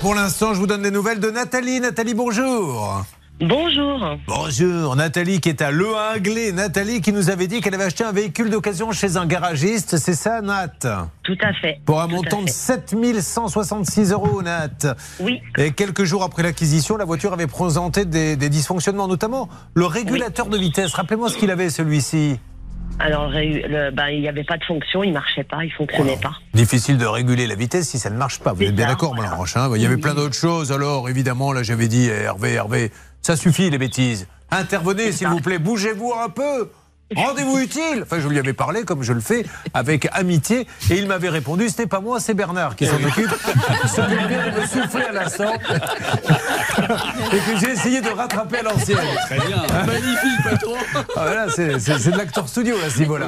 Pour l'instant, je vous donne des nouvelles de Nathalie. Nathalie, bonjour. Bonjour. Bonjour, Nathalie qui est à Le Hinglé. Nathalie qui nous avait dit qu'elle avait acheté un véhicule d'occasion chez un garagiste. C'est ça, Nat Tout à fait. Pour un Tout à montant de fait. 7166 euros, Nat. Oui, Et quelques jours après l'acquisition, la voiture avait présenté des, des dysfonctionnements, notamment le régulateur de vitesse. Rappelez-moi ce qu'il avait, celui-ci. alors j'ai eu le- bah, il n'y avait pas de fonction, il marchait pas, il fonctionnait pas. Difficile de réguler la vitesse si ça ne marche pas. Vous C'est êtes bien ça, d'accord, voilà. Madame Roche, hein Il y avait Oui. plein d'autres choses. Alors, évidemment, là, j'avais dit, eh, Hervé, Hervé, ça suffit, les bêtises. Intervenez, s'il ça. vous plaît. Bougez-vous un peu. Rendez-vous utile. Enfin, je lui avais parlé, comme je le fais, avec amitié. Et il m'avait répondu, ce n'est pas moi, c'est Bernard qui s'en occupe. Ce qui vient de me souffler à l'instant. et que j'ai essayé de rattraper à l'ancienne. Très bien. Magnifique, patron. Ah, voilà, c'est c'est- c'est de l'acteur studio, là, à ce niveau-là.